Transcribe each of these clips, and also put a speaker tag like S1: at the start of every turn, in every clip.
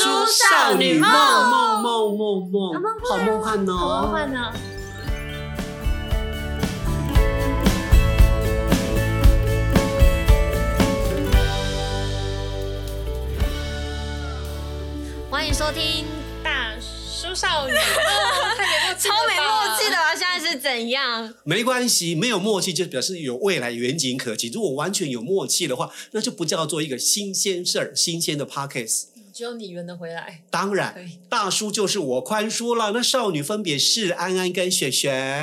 S1: 少女梦
S2: 梦梦梦
S1: 啊
S2: 梦
S1: 梦，
S2: 好梦幻哦！
S1: 好梦幻呢。欢迎收听大叔少女，哦太没默契了吧
S3: 超没默契的。吧？现在是怎样？
S2: 没关系，没有默契就表示有未来远景可期。如果完全有默契的话，那就不叫做一个新鲜事儿、新鲜的 pockets。
S3: 只有你圆得回来。
S2: 当
S3: 可
S2: 然
S3: 以，
S2: 大叔就是我宽叔了。那少女分别是安安跟璇
S3: 大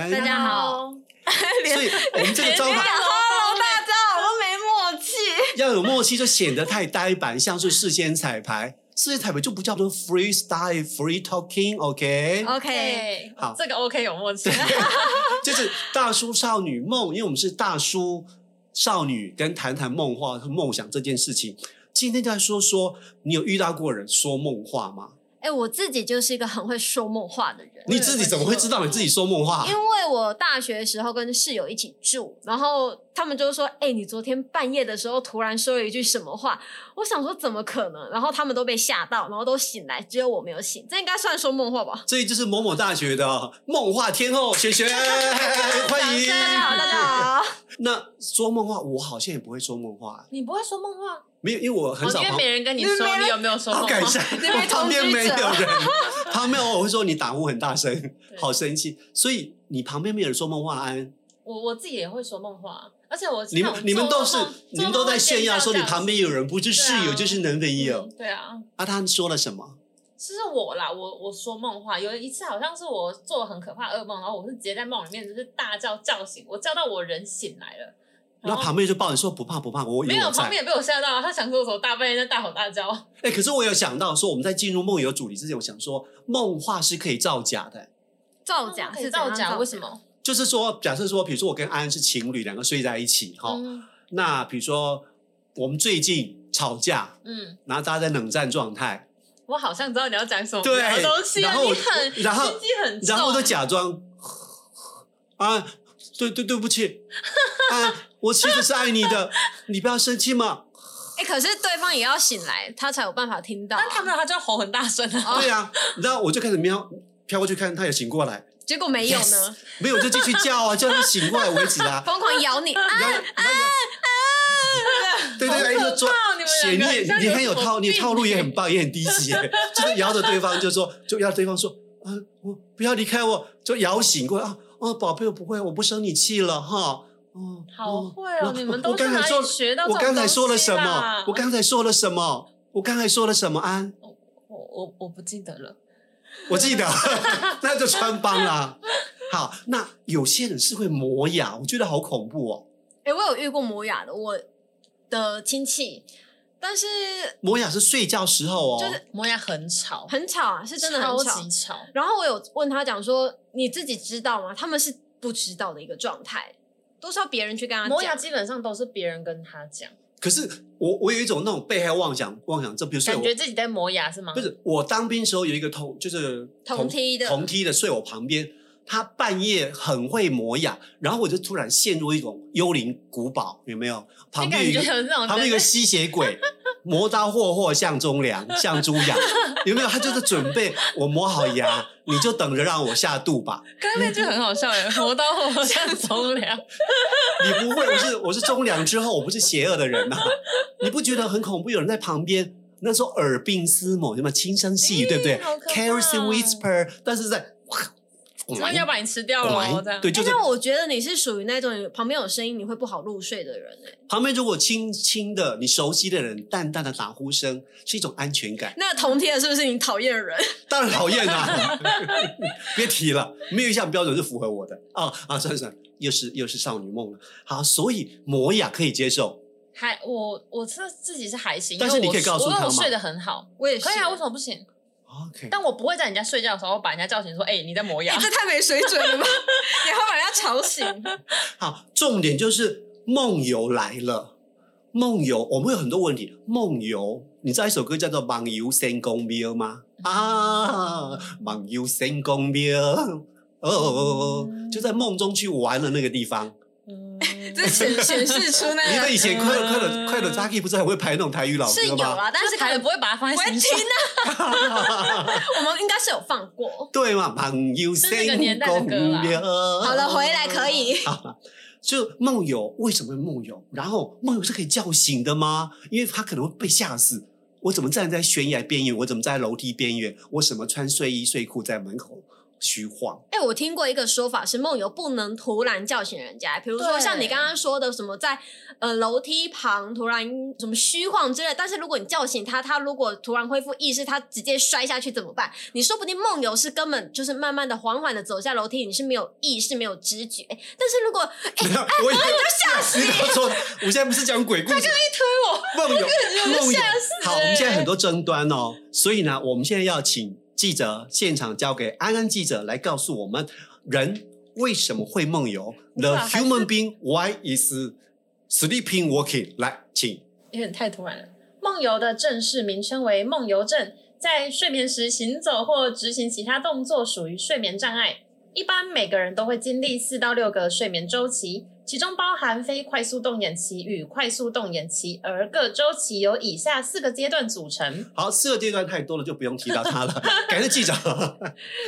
S2: 璇，
S3: 家好，
S2: 所以我们这个招牌
S3: ，Hello 大家好，我都没默契。
S2: 要有默契，就显得太呆板，像是事先彩排。事先彩排就不叫做 freestyle、free talking，OK？、
S3: OK，
S1: 对，
S2: 好
S1: 这个 OK 有默 契
S2: 对。就是大叔少女梦，因为我们是大叔少女跟谈谈梦话和梦想这件事情。今天就来说说，你有遇到过人说梦话吗？
S3: 哎、我自己就是一个很会说梦话的人。
S2: 你自己怎么会知道你自己说梦话
S3: 因？为我大学时候跟室友一起住，然后他们就说：“哎、你昨天半夜的时候突然说了一句什么话？”我想说怎么可能？然后他们都被吓到，然后都醒来，只有我没有醒。这应该算说梦话吧？
S2: 这就是某某大学的梦话天后璇璇，欢迎
S3: 大家好，大家。好。
S2: 那说梦话，我好像也不会说梦话，
S3: 你不会说梦话？
S2: 没有，因为我很
S1: 哦
S2: 少
S1: 因为
S2: 旁。
S1: 没人跟你说你有没有说
S2: 好
S1: 梦
S2: 感
S1: 话，
S2: 伤，
S3: 边
S2: 我旁边没有人，旁边我会说你打呼很大声，好生气。所以你旁边没有人说梦话安，
S1: 我我自己也会说梦话，而且我是
S2: 你
S1: 那
S2: 们
S1: 种
S2: 你们
S1: 做
S2: 都
S1: 梦
S2: 是
S1: 做
S2: 你们都
S1: 梦
S2: 在炫耀
S1: 见
S2: 说你
S1: 到这样
S2: 旁边有人，不是室
S1: 对
S2: 友
S1: 啊
S2: 就是男朋友
S1: 嗯。对啊，
S2: 啊，他说了什么？
S1: 是啊我啦，我我说梦话，有一次好像是我做了很可怕的噩梦，然后我是直接在梦里面就是大叫叫醒，我叫到我人醒来了，
S2: 然后旁边就抱你说不怕不怕，我
S1: 没
S2: 我
S1: 有旁
S2: 在。
S1: 边也被我吓到，他想说我什么大半夜在大吼大叫，
S2: 哎，可是我有想到说，我们在进入梦游主题之前，我想说梦话是可以造假的。
S3: 造假
S1: 可以
S3: 是
S1: 造
S3: 怎样
S1: 假，为什？么？
S2: 就是说，假设说，比如说我跟安安是情侣，两个睡在一起哈、
S1: 嗯
S2: 那比如说我们最近吵架，
S1: 嗯，
S2: 然后大家在冷战状态，
S1: 我好像知道你要讲什么
S2: 对
S1: 东西啊，
S2: 然后
S1: 你很
S2: 然后
S1: 心机很重，
S2: 然后我就假装啊，对对对不起，啊，我其实是爱你的，你不要生气嘛。
S3: 哎、可是对方也要醒来，他才有办法听到啊、
S1: 但他们他就吼很大声 啊，
S2: 对啊，然后我就开始瞄飘过去看，他也醒过来，
S3: 结果没有呢
S2: Yes 没有我就继续叫啊，叫他醒过来为止啊。
S3: 疯狂咬你。 啊
S2: 然后，然后对对对，
S1: 啊好
S2: 就
S1: 可
S2: 抓
S1: 怕！你
S2: 血
S1: 们两个
S2: 你
S1: 很
S2: 也
S1: 像
S2: 你
S1: 有
S2: 很有
S1: 什么
S2: 套，你的
S1: 病
S2: 套路也很
S1: 欸
S2: 棒，也很低级 耶，就是摇着对方就说，就要对方说，啊，我不要离开我，就摇醒过来啊，哦，宝贝，我不会，我不生你气了哈，哦，
S1: 好会
S2: 然
S1: 哦！
S2: 后
S1: 你们
S2: 我
S1: 都
S2: 我
S1: 是
S2: 刚才
S1: 哪
S2: 说
S1: 里学到这
S2: 我
S1: 种
S2: 刚才说了
S1: 东西啊
S2: 什么
S1: 啦？
S2: 我刚才说了什么？我刚才说了什么？安，
S1: 我我我不记得了。
S2: 我记得， 那就穿帮啦。好，那有些人是会磨牙，我觉得好恐怖哦。
S3: 哎、我有遇过磨牙的，我的亲戚，但是
S2: 磨牙是睡觉时候哦，
S3: 就是
S1: 磨牙很吵，
S3: 很吵啊，是真的
S1: 超
S3: 很吵
S1: 级。吵。
S3: 然后我有问他讲说，你自己知道吗？他们是不知道的一个状态，都是要别人去跟他
S1: 磨牙
S3: 讲。哎
S1: 基本上都是别人跟他讲，
S2: 可是我我有一种那种被害妄想妄想症，比如说
S1: 感
S2: 我
S1: 觉自己在磨牙是吗？
S2: 不，是我当兵时候有一个同就是
S3: 同梯的
S2: 同梯的睡我旁边，他半夜很会磨牙，然后我就突然陷入一种幽灵古堡，有没有？旁
S1: 你
S2: 边
S1: 感
S2: 有一
S1: 觉
S2: 个
S1: 有那种
S2: 旁边有个吸血鬼，磨刀霍霍向忠良，向猪羊， 有没有？他就是准备我磨好牙，你就等着让我下肚吧。
S1: 刚刚那句很 好笑耶，磨刀霍向忠良。
S2: 你不会，我是我是忠良之后，我不是邪恶的人呐、 你不觉得很恐怖？有人在旁边，那时候耳鬓厮磨，什么轻声细语，
S1: 嗯
S2: 对不对
S1: 好可怕
S2: ？Carries whisper，但是在，
S1: 真的要把你吃掉了哦，这样
S2: 对，就是
S3: 但是我觉得你是属于那种旁边有声音你会不好入睡的人、哎，
S2: 旁边如果轻轻的，你熟悉的人淡淡的打呼声，是一种安全感。
S3: 那同贴的是不是你讨厌的人？
S2: 当然讨厌啦， 别提了，没有一项标准是符合我的啊啊！算了算了，又是又是少女梦了。好，所以磨牙可以接受，
S1: 还我我是自己是还行，
S2: 但是
S1: 因为
S2: 你可以
S1: 我
S2: 告诉
S1: 我因为
S2: 他
S1: 我
S2: 嘛
S1: 睡得很好，
S3: 我也是，
S1: 可以啊，为什么不行？
S2: OK。
S1: 但我不会在人家睡觉的时候把人家叫醒，说：“哎，你在磨牙
S3: 哎、。这太没水准了吧！ 你还会把人家吵醒？
S2: 好，重点就是梦游来了。梦游，我们会有很多问题。梦游，你知道一首歌叫做《梦游仙公庙》吗？啊，梦游仙公庙，哦哦哦，就在梦中去玩了那个地方。
S1: 嗯”
S3: 这
S1: 直显显示出那
S2: 因
S1: 个
S2: 为以前快乐快乐快乐 z a k i 不是很会拍那种台语老
S3: 嗯是
S2: 歌
S3: 有啊
S2: 吗？
S3: 啦，但是
S1: 他
S3: 可
S1: 也
S3: 能
S1: 不会把它放
S3: 不
S1: 在
S3: 会
S1: 心
S3: 听
S1: 上。
S3: 啊。我们应该是有放过。
S2: 对嘛，朋友
S1: 是那个年代的歌啦
S3: 好
S1: 嗯
S2: 好
S3: 了，回来可。以。
S2: 就梦游为什么会梦游？然后梦游是可以叫醒的吗？因为他可能会被吓死。我怎么站在悬崖边缘？我怎么在楼梯边缘？我什么穿睡衣睡裤在门口虚晃？
S3: 哎、我听过一个说法是梦游不能突然叫醒人家，比如说
S1: 对
S3: 像你刚刚说的什么在呃楼梯旁突然什么虚晃之类，但是如果你叫醒他，他如果突然恢复意识，他直接摔下去怎么办？你说不定梦游是根本就是慢慢的、缓缓的走下楼梯，你是没有意识、没有知觉。哎但是如果
S2: 没有， 哎我也吓死了。说，我现在不是讲鬼故事，他刚一推我，梦游，梦游
S1: 吓死。
S2: 好，我们现在很多争端哦，所以呢，我们现在要请记者现场交给安安记者来告诉我们，人为什么会梦游？The
S1: 还是
S2: human being why is sleeping walking？来，请。
S1: 有点太突然了。梦游的正式名称为梦游症，在睡眠时行走或执行其他动作属于睡眠障碍。一般每个人都会经历四到六个睡眠周期，其中包含非快速动眼期与快速动眼期，而各周期由以下四个阶段组成。
S2: 好，四个阶段太多了，就不用提到它 了。感谢记者。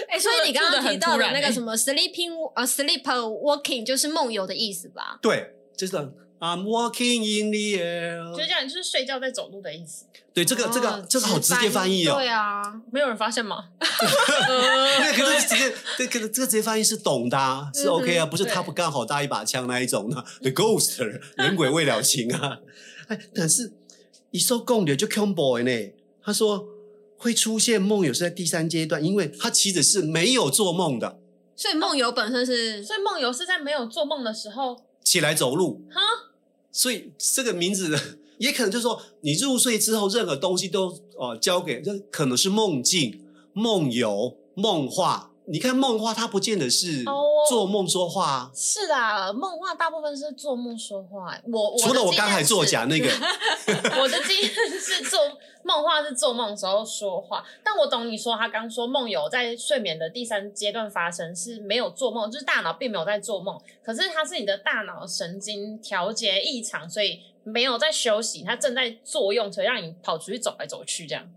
S3: 哎、所以你刚
S1: 吐得
S3: 刚
S1: 很
S3: 提到
S1: 突
S3: 的
S1: 然
S3: 那个
S1: 欸
S3: 什么 sleeping 呃 sleep walking 就是梦游的意思吧？
S2: 对，就是 I'm walking in the
S1: 就
S2: air。
S1: 是这样，就是睡觉在走路的意思。
S2: 对，这个这个
S3: 哦
S2: 这个好直接翻译哦
S3: 对。啊，
S1: 没有人发现 吗？ 呃
S2: 对，可是直接，对，可是这个直接翻译是懂的、啊，
S3: 嗯
S2: 是
S3: 哼
S2: OK 啊，不是
S1: 对
S2: 他不刚好搭一把枪那一种呢、t h e Ghost 人鬼未了情啊。哎，但是一受供的就 Combo 呢，他说会出现梦游是在第三阶段，因为他其实是没有做梦的，
S3: 所以梦游本身是
S1: 所以梦游是在没有做梦的时候，
S2: 起来走路。
S1: 哈，
S2: 所以这个名字 也可能就是说，你入睡之后，任何东西都呃交给，这可能是梦境、梦游、梦话。你看梦话，它不见得是
S1: 哦
S2: 做梦说话、啊。
S1: 是啦，梦话大部分是做梦说话。欸我我的
S2: 除了我
S1: 经验
S2: 刚才作
S1: 是
S2: 假那个，
S1: 我的经验是做梦话是做梦时候说话，但我懂你说他刚说梦游在睡眠的第三阶段发生是没有做梦，就是大脑并没有在做梦，可是它是你的大脑神经调节异常，所以没有在休息，它正在作用，所以让你跑出去走来走去这样。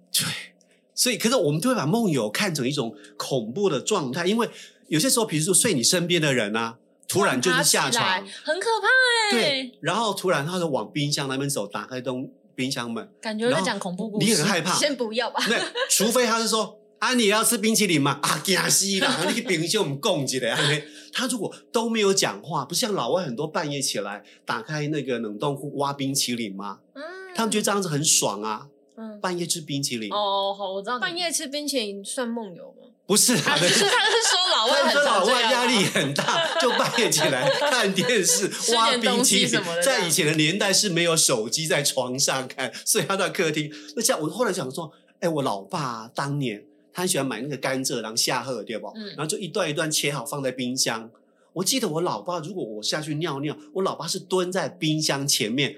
S2: 所以可是我们都会把梦游看成一种恐怖的状态，因为有些时候，比如说睡你身边的人啊，突然就是下
S1: 爬起
S2: 床
S1: 来，很可怕哎、
S2: 对，然后突然他就往冰箱那边走，打开东冰箱门，
S1: 感觉在讲恐怖故事，
S2: 你很害怕，
S3: 先不要吧？
S2: 那除非他是说啊，你要吃冰淇淋吗？啊，惊死 啦！你冰淇淋我们供起来。安尼他如果都没有讲话，不是像老外很多半夜起来打开那个冷冻库挖冰淇淋吗？
S1: 嗯，
S2: 他们觉得这样子很爽啊，
S1: 嗯
S2: 半夜吃冰淇淋。
S1: 哦，好，我知道你
S3: 半。夜吃冰淇淋算梦游吗？
S2: 不是
S1: 他
S2: 啊，
S1: 是他是说老外
S2: 他
S1: 很
S2: 说
S1: 常
S2: 老
S1: 这
S2: 外
S1: 样啊
S2: 压
S1: 吗
S2: 力很 大，就半夜起来看电视、
S1: 吃
S2: 挖
S1: 点
S2: 冰
S1: 东西
S2: 淇淋
S1: 什么的。这样
S2: 在以前的年代是没有手机在床上看，所以他到客厅。那像我后来想说，哎，我老爸当年他很喜欢买那个甘蔗，然后下饴，对不？
S1: 嗯
S2: 然后就一段一段切好放在冰箱。我记得我老爸，如果我下去尿尿，我老爸是蹲在冰箱前 面，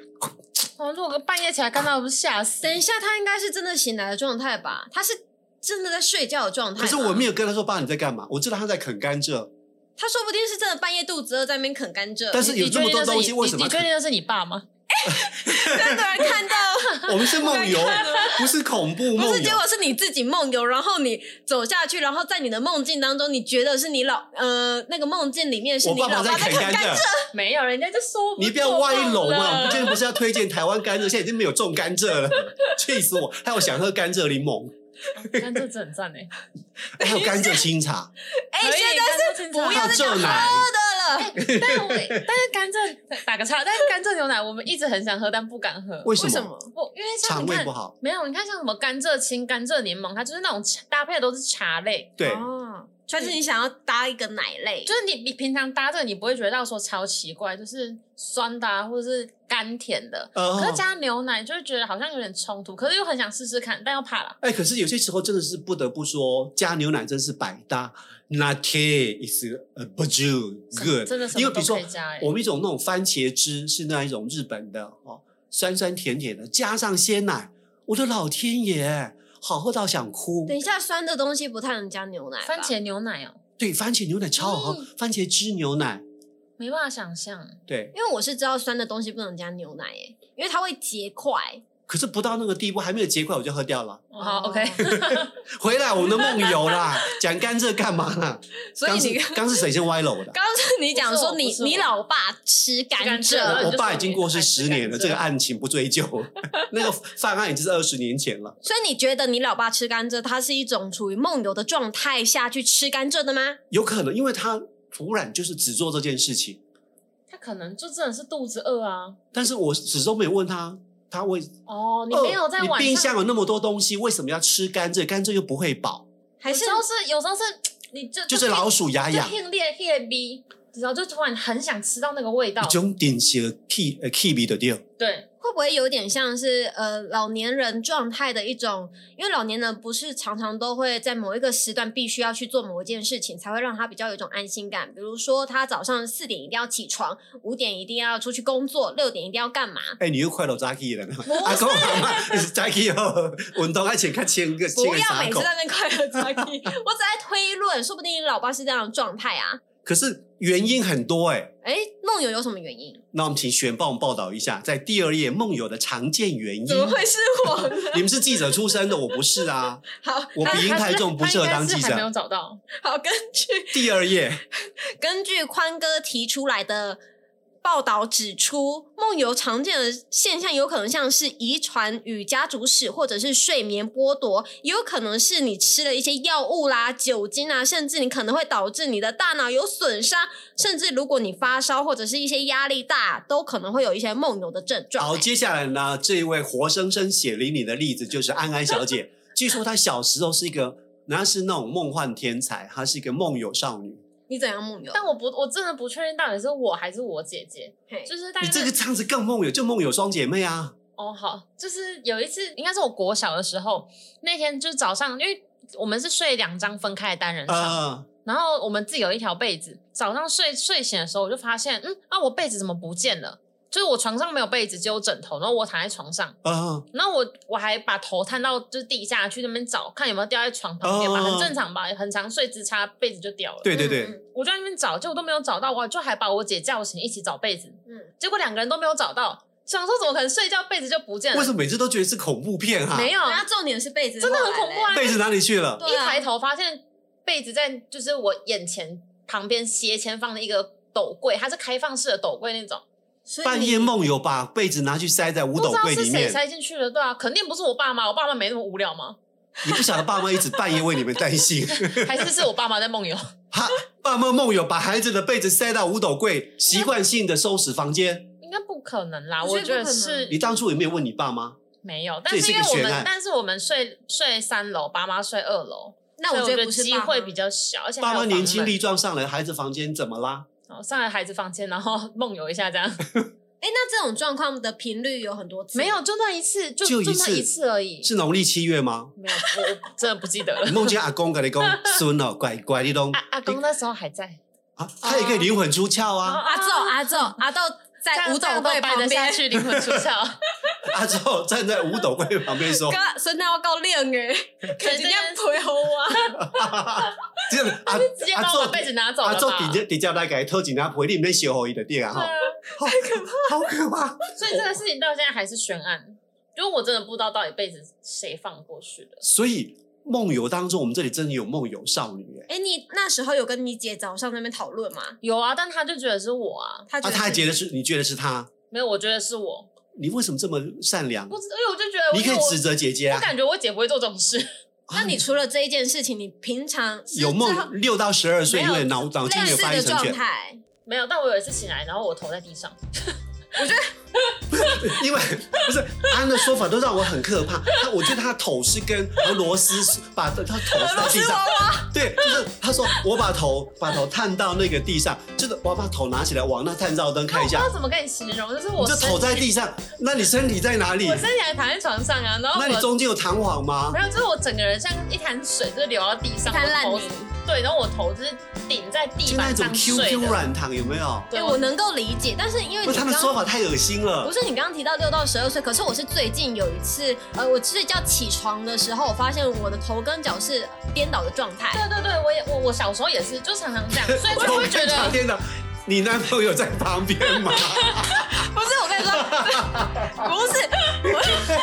S1: 哦，如果半夜起来看到，不是吓死？
S3: 等一下，他应该是真的醒来的状态吧？他是真的在睡觉的状态吧。
S2: 可是我没
S3: 有，
S2: 有跟他说爸你在干嘛，我知道他在啃甘蔗，
S3: 他说不定是真的半夜肚子饿在那边啃甘蔗，
S2: 但是有这么多东西，为什么
S1: 你
S2: 要
S1: 确
S2: 啃？
S1: 定那是你爸吗？
S3: 真的看 到，
S2: 我们是梦游， 不是恐怖梦游。
S3: 不是结果是你自己梦游，然后你走下去，然后在你的梦境当中，你觉得是你老呃那个梦境里面是
S2: 我
S3: 你
S2: 爸
S3: 老
S2: 爸
S3: 在
S2: 在啃甘
S3: 蔗，
S2: 蔗，
S1: 没有，人家就说
S2: 你不要歪楼嘛！我
S1: 不
S2: 之前不是要推荐台湾甘蔗，现在已经没有种甘蔗了，气死我！还有想喝甘蔗柠檬，
S1: 甘蔗很赞 哎，
S2: 还有甘蔗清 茶，
S3: 哎，现在
S1: 在是
S3: 不
S2: 还
S3: 要
S2: 有
S3: 再
S2: 蔗
S3: 讲喝
S2: 奶。
S3: 的了，
S1: 但我但是甘蔗打个岔，但是甘蔗牛奶我们一直很想喝，但不敢喝。
S2: 为
S3: 为
S2: 什
S3: 什
S2: 么？
S3: 么？
S1: 我因为像
S2: 肠
S1: 你
S2: 胃
S1: 看
S2: 不，好。
S1: 没有你看像什么甘蔗青、甘蔗柠檬，它就是那种 茶搭配的都是茶类，
S2: 对，
S3: 哦，但是你想要搭一个奶类，
S1: 就是你你平常搭这个你不会觉得到说超奇怪，就是酸的啊，或者是甘甜的。可是
S2: 呃，
S1: 加牛奶就会觉得好像有点冲突，可是又很想试试看，但又怕啦。
S2: 哎，可是有些时候真的是不得不说，加牛奶真是百搭。Latte is a b j u
S1: 什
S2: good，
S1: 真的什
S2: 因
S1: 么
S2: 为比
S1: 都
S2: 如说
S1: 可以加哎、
S2: 我们一种那种番茄汁是那一种日本的哦，酸酸甜甜的，加上鲜奶，我的老天爷，好喝到想哭。
S3: 等一下酸的东西不太能加牛奶吧，
S1: 番茄牛奶哦、
S2: 对，番茄牛奶超好喝，
S1: 嗯
S2: 番茄汁牛奶，
S1: 没办法想象。
S2: 对，
S3: 因为我是知道酸的东西不能加牛奶耶，因为它会结块。
S2: 可是不到那个地步，还没有结块我就喝掉了。
S1: 好，OK，哦
S2: 回来我们的梦游啦，讲甘蔗干嘛啦？
S3: 所以
S2: 刚
S3: 你
S2: 是刚是谁先歪了我的？
S3: 刚刚是你讲说
S1: 不是我
S3: 你
S1: 不是我
S3: 你老爸吃甘
S1: 吃甘蔗
S3: 蔗，
S1: 你
S2: 我
S1: 就
S2: 我爸已
S1: 说
S2: 经
S1: 你
S2: 过世
S1: 还是
S2: 十
S1: 甘
S2: 年了，
S1: 蔗
S2: 这个案情不追究， 那个犯案已经是二十年前了。
S3: 所以你觉得你老爸吃甘蔗，他是一种处于梦游的状态下去吃甘蔗的吗？
S2: 有可能因为他突然就是只做这件事情，
S1: 他可能就真的是肚子饿啊。
S2: 但是我始终没有问他，他为
S1: 哦，你没有在
S2: 饿
S1: 晚
S2: 你冰
S1: 上
S2: 箱，有那么多东西，为什么要吃甘蔗？甘蔗又不会饱，
S3: 还是
S1: 有时候是有时候是你就
S2: 就是老啊鼠牙
S1: 就
S2: 痒，
S1: 听猎猎逼，然后就突然很想吃到那个味道
S2: 一。种典型的 key 呃 key 味的掉。
S1: 对，
S3: 会不会有点像是呃老年人状态的一种？因为老年人不是常常都会在某一个时段必须要去做某一件事情，才会让他比较有一种安心感。比如说他早上四点一定要起床，五点一定要出去工作，六点一定要干嘛？
S2: 哎、你又快乐扎 key 了，阿公阿妈扎 key 后，运动爱前看牵个牵
S3: 不
S2: 个
S3: 要
S2: 啥
S3: 每
S2: 口
S3: 次。在那边快乐加 key，我只在推论，说不定你老爸是这样的状态啊。
S2: 可是原因很多哎、
S3: 哎，梦游有什么原因？
S2: 那我们请璇帮我们报道一下，在第二页梦游的常见原因。
S3: 怎么会是我呢？
S2: 你们是记者出身的，我不是 啊。
S3: 好，
S2: 我
S3: 那
S2: 鼻音太重，不适合当记
S1: 他应该是还没有
S2: 者。啊
S1: 找到，
S3: 好，根据
S2: 第二页，
S3: 根据宽哥提出来的报道指出，梦游常见的现象有可能像是遗传与家族史，或者是睡眠剥夺，也有可能是你吃了一些药物啦、酒精啊，甚至你可能会导致你的大脑有损伤，甚至如果你发烧或者是一些压力大，都可能会有一些梦游的症状
S2: 好，。接下来呢，这一位活生生血淋淋的例子就是安安小 姐。据说她小时候是一个，那是那种梦幻天才，她是一个梦游少女。
S3: 你怎样梦游？
S1: 但我不，我真的不确定到底是我还是我姐姐，
S3: 嘿
S1: 就是大
S2: 你
S1: 概
S2: 这个这样子更梦游，就梦游双姐妹啊。
S1: 哦，好，就是有一次，应该是我国小的时候，那天就是早上，因为我们是睡两张分开的单人床，
S2: 呃，
S1: 然后我们自己有一条被子。早上睡睡醒的时候，我就发现，嗯啊，我被子怎么不见了？就是我床上没有被子，只有枕头，然后我躺在床上，
S2: 呃，
S1: 然后我我还把头探到就是地下去那边找，看有没有掉在床旁边吧，
S2: 哦
S1: 很正常吧，很常睡直插被子就掉了。
S2: 对对对，
S3: 嗯
S1: 我就在那边找，结果都没有找到，我就还把我姐叫醒一起找被子，
S3: 嗯
S1: 结果两个人都没有找到，想说怎么可能睡觉被子就不见了？
S2: 为什么每次都觉得是恐怖片哈、
S1: 没有，
S3: 那啊重点是被子，
S1: 真的很恐怖啊！
S2: 被子哪里去了？
S3: 对
S1: 一
S3: 啊
S1: 抬头发现被子在就是我眼前旁边斜前方的一个斗柜，它是开放式的斗柜那种，
S3: 所以你
S2: 半夜梦游把被子拿去塞在五
S1: 不
S2: 斗
S1: 知道
S2: 柜
S1: 是
S2: 里
S1: 谁
S2: 面，
S1: 塞进去的，对啊，肯定不是我爸妈，我爸妈没那么无聊吗？
S2: 你不晓得爸妈一直半夜为你们担 心。
S1: 还是是我爸妈在梦游？
S2: 哈，爸妈梦游把孩子的被子塞到五斗柜，习惯性的收拾房间。
S1: 应该不可能啦，
S3: 我
S1: 我
S3: 觉
S1: 觉
S3: 得
S1: 得
S3: 不可能
S1: 是
S2: 你当初有没有问你爸妈？
S1: 没有，但
S2: 这也是
S1: 是
S2: 一个
S1: 因为我
S2: 悬
S1: 们
S2: 案
S1: 但是我们睡睡三楼，爸妈睡二楼，
S3: 那
S1: 所以
S3: 我
S1: 我
S3: 觉得
S1: 得
S3: 不是
S1: 机
S3: 爸妈
S1: 会比较小，而且
S2: 爸
S1: 还有
S2: 妈年轻
S1: 房门
S2: 力壮上来，孩子房间怎么啦？
S1: 哦上来孩子房间，然后 梦游一下这样，
S3: 哎，那这种状况的频率有很多次，
S1: 没有，就那一次，就
S2: 就一
S1: 就那
S2: 次
S1: 一次而已，
S2: 是农历七月吗？
S1: 没有，我我真的不记得了
S2: 你。梦见阿公跟你讲，孙哦，乖乖你 东
S1: 阿阿公那时候还在，
S2: 啊，他也可以灵魂出窍啊。
S3: 阿宙阿宙阿豆在五
S1: 这
S3: 斗
S1: 样
S3: 柜
S1: 掰
S3: 旁
S1: 得
S3: 边，
S1: 下去，灵魂出 窍。
S2: 阿宙啊站在五斗柜旁边说，
S3: 哥，孙娜我够靓 诶，
S1: 所以这件事
S3: 陪
S1: 啊
S3: 我。
S2: 这样啊阿
S1: 直接
S2: 阿
S1: 把我
S2: 宙
S1: 的被子拿走
S2: 阿
S1: 了
S2: 宙
S1: 吧？
S2: 底下底下来给偷几拿回里面小火一的店啊，
S1: 对啊
S2: 哈，，好好可怕。
S1: 所以这个事情到现在还是悬案，因为我真的不知道到底被子谁放过去的。
S2: 所以梦游当中，我们这里真的有梦游少女哎、
S3: 哎，你那时候有跟你姐早上那边讨论吗？
S1: 有啊，但他就觉得是我啊，
S3: 她
S2: 啊，他还
S3: 姐
S2: 觉得是你觉得是他，
S1: 没有，我觉得是我，
S2: 你为什么这么善良？
S1: 不知，因为我就觉得，
S2: 你可以
S1: 因为我
S2: 指责姐姐
S1: 我
S2: 啊。
S1: 感觉我姐不会做这种事，
S3: 那你除了这一件事情，你平常是
S2: 有
S3: 之后
S2: 梦六到十二岁，
S1: 没
S2: 因
S1: 有
S2: 为脑脑筋
S3: 类
S2: 没有
S3: 似
S2: 发
S3: 的
S2: 育成
S3: 状
S2: 全，
S3: 态，
S1: 没有。但我有一次醒来，然后我头在地上，
S2: 因为不是安的说法都让我很可怕。他我觉得他的头是跟俄罗斯是把他头是在地上，对，就是他说我把头把头探到那个地上，就是我把头拿起来往那探照灯看一
S1: 我不知
S2: 下
S1: 道，怎么跟你形容，就是
S2: 你
S1: 我
S2: 就
S1: 身
S2: 头在地上，那你身体在哪里
S1: 我？身体还躺在床上啊，然后
S2: 那你
S1: 我
S2: 中间有弹簧吗？
S1: 没有，就是我整个人像一滩水，就是流到地上，
S3: 看烂
S1: 我
S3: 泥
S1: 头。对，然后我头就是顶在
S2: 就
S1: 地
S2: 那
S1: 板
S2: 种
S1: 上睡
S2: QQ
S1: 的。
S2: 软糖有没有？
S1: 对
S3: 哎，我能够理解，但是因为
S2: 不
S3: 你
S2: 是他的
S3: 刚
S2: 说法太恶心
S3: 不
S2: 了。
S3: 是你刚刚提到六到十二岁，可是我是最近有一次，呃，我睡觉起床的时候，我发现我的头跟脚是颠倒的状态。
S2: 啊
S1: 对对对，我也我我小时候也是，就常常这样，所以就会觉
S2: 天
S1: 得
S2: 哪，你男朋友在旁边 吗？
S3: 不是，我跟你 说，不是，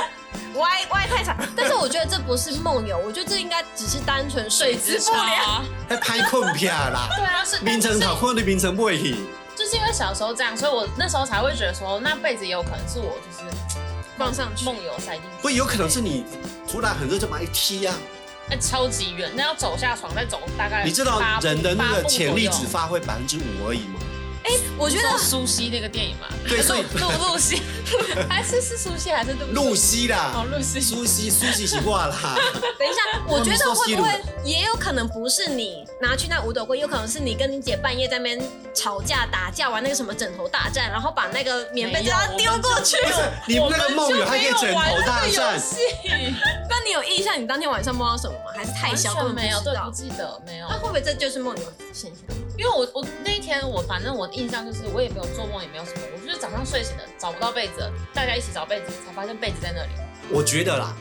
S3: 我歪歪太长。但是我觉得这不是梦游，我觉得这应该只是单纯水质不良。
S4: 啊，
S2: 还拍困片啦？
S1: 对啊，是
S2: 名城
S1: 是
S2: 好困的名城不会去，
S1: 就是因为小时候这样，所以我那时候才会觉得说，那辈子也有可能是我就是
S3: 放上去
S1: 梦游塞进去，
S2: 不有可能是你突然很热就把你踢啊？
S1: 哎、超级远，那要走下床再走大概
S2: 你知道
S1: 八步
S2: 人的那
S1: 八
S2: 个
S1: 步
S2: 潜力
S1: 左
S2: 只
S1: 右
S2: 发挥百分之五而已嘛？
S3: 我觉
S1: 你
S3: 得
S1: 说苏西那个电影嘛，
S2: 对所以
S1: 露露露西 还是是苏西还是露
S2: 露西啊
S1: 哦
S2: 啦，
S1: 露西，
S2: 苏西苏西习惯啦，
S3: 等一 下，我觉得会
S2: 我们说吸
S3: 不
S2: 毒
S3: 会也有可能不是你拿去那五斗柜，有可能是你跟你姐半夜在那边吵架打架玩那个什么枕头大战，然后把那个棉被
S1: 没
S3: 就
S1: 有
S3: 要丢过去。
S2: 不是你们那个梦游还可以枕头大战，
S3: 那你有印象你当天晚上梦到什么吗？还是太
S1: 太
S3: 小
S1: 小
S3: 根本不
S1: 没有，
S3: 知
S1: 对，不
S3: 道？
S1: 记得没有
S3: 那。会不会这就是梦游现象？
S1: 因为我我那一天我反正我的印象就是我也没有做梦，也没有什么，我就是早上睡醒了找不到被子了，大家一起找被子才发现被子在那里。
S2: 我觉得啦，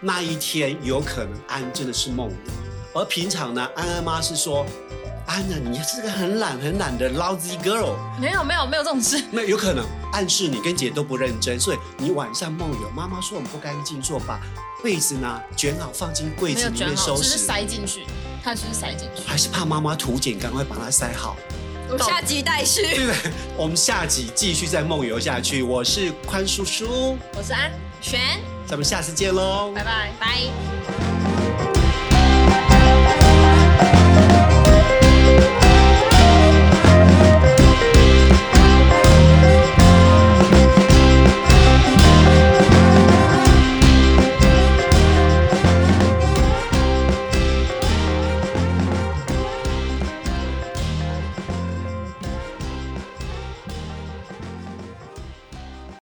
S2: 那一天有可能安真的是梦游，而平常呢，安安妈是说，安娜你是个很懒很懒的 lousy girl，
S1: 没有没有没有这种事，
S2: 那有可能暗示你跟姐都不认真，所以你晚上梦游，妈妈说我们不干净，说把被子呢卷好放进柜
S1: 没
S2: 子
S1: 有
S2: 里
S1: 卷
S2: 面
S1: 好，
S2: 收
S1: 就是
S2: 拾，
S1: 塞进去，它就是塞进去。
S2: 还是怕妈妈图检，赶快把它塞好。
S3: 我下集待 续。
S2: 对不对？我们下集继续再梦游下去。我是宽叔叔，
S1: 我是安，
S3: 璇，
S2: 咱们下次见喽，
S1: 拜拜。
S3: 拜。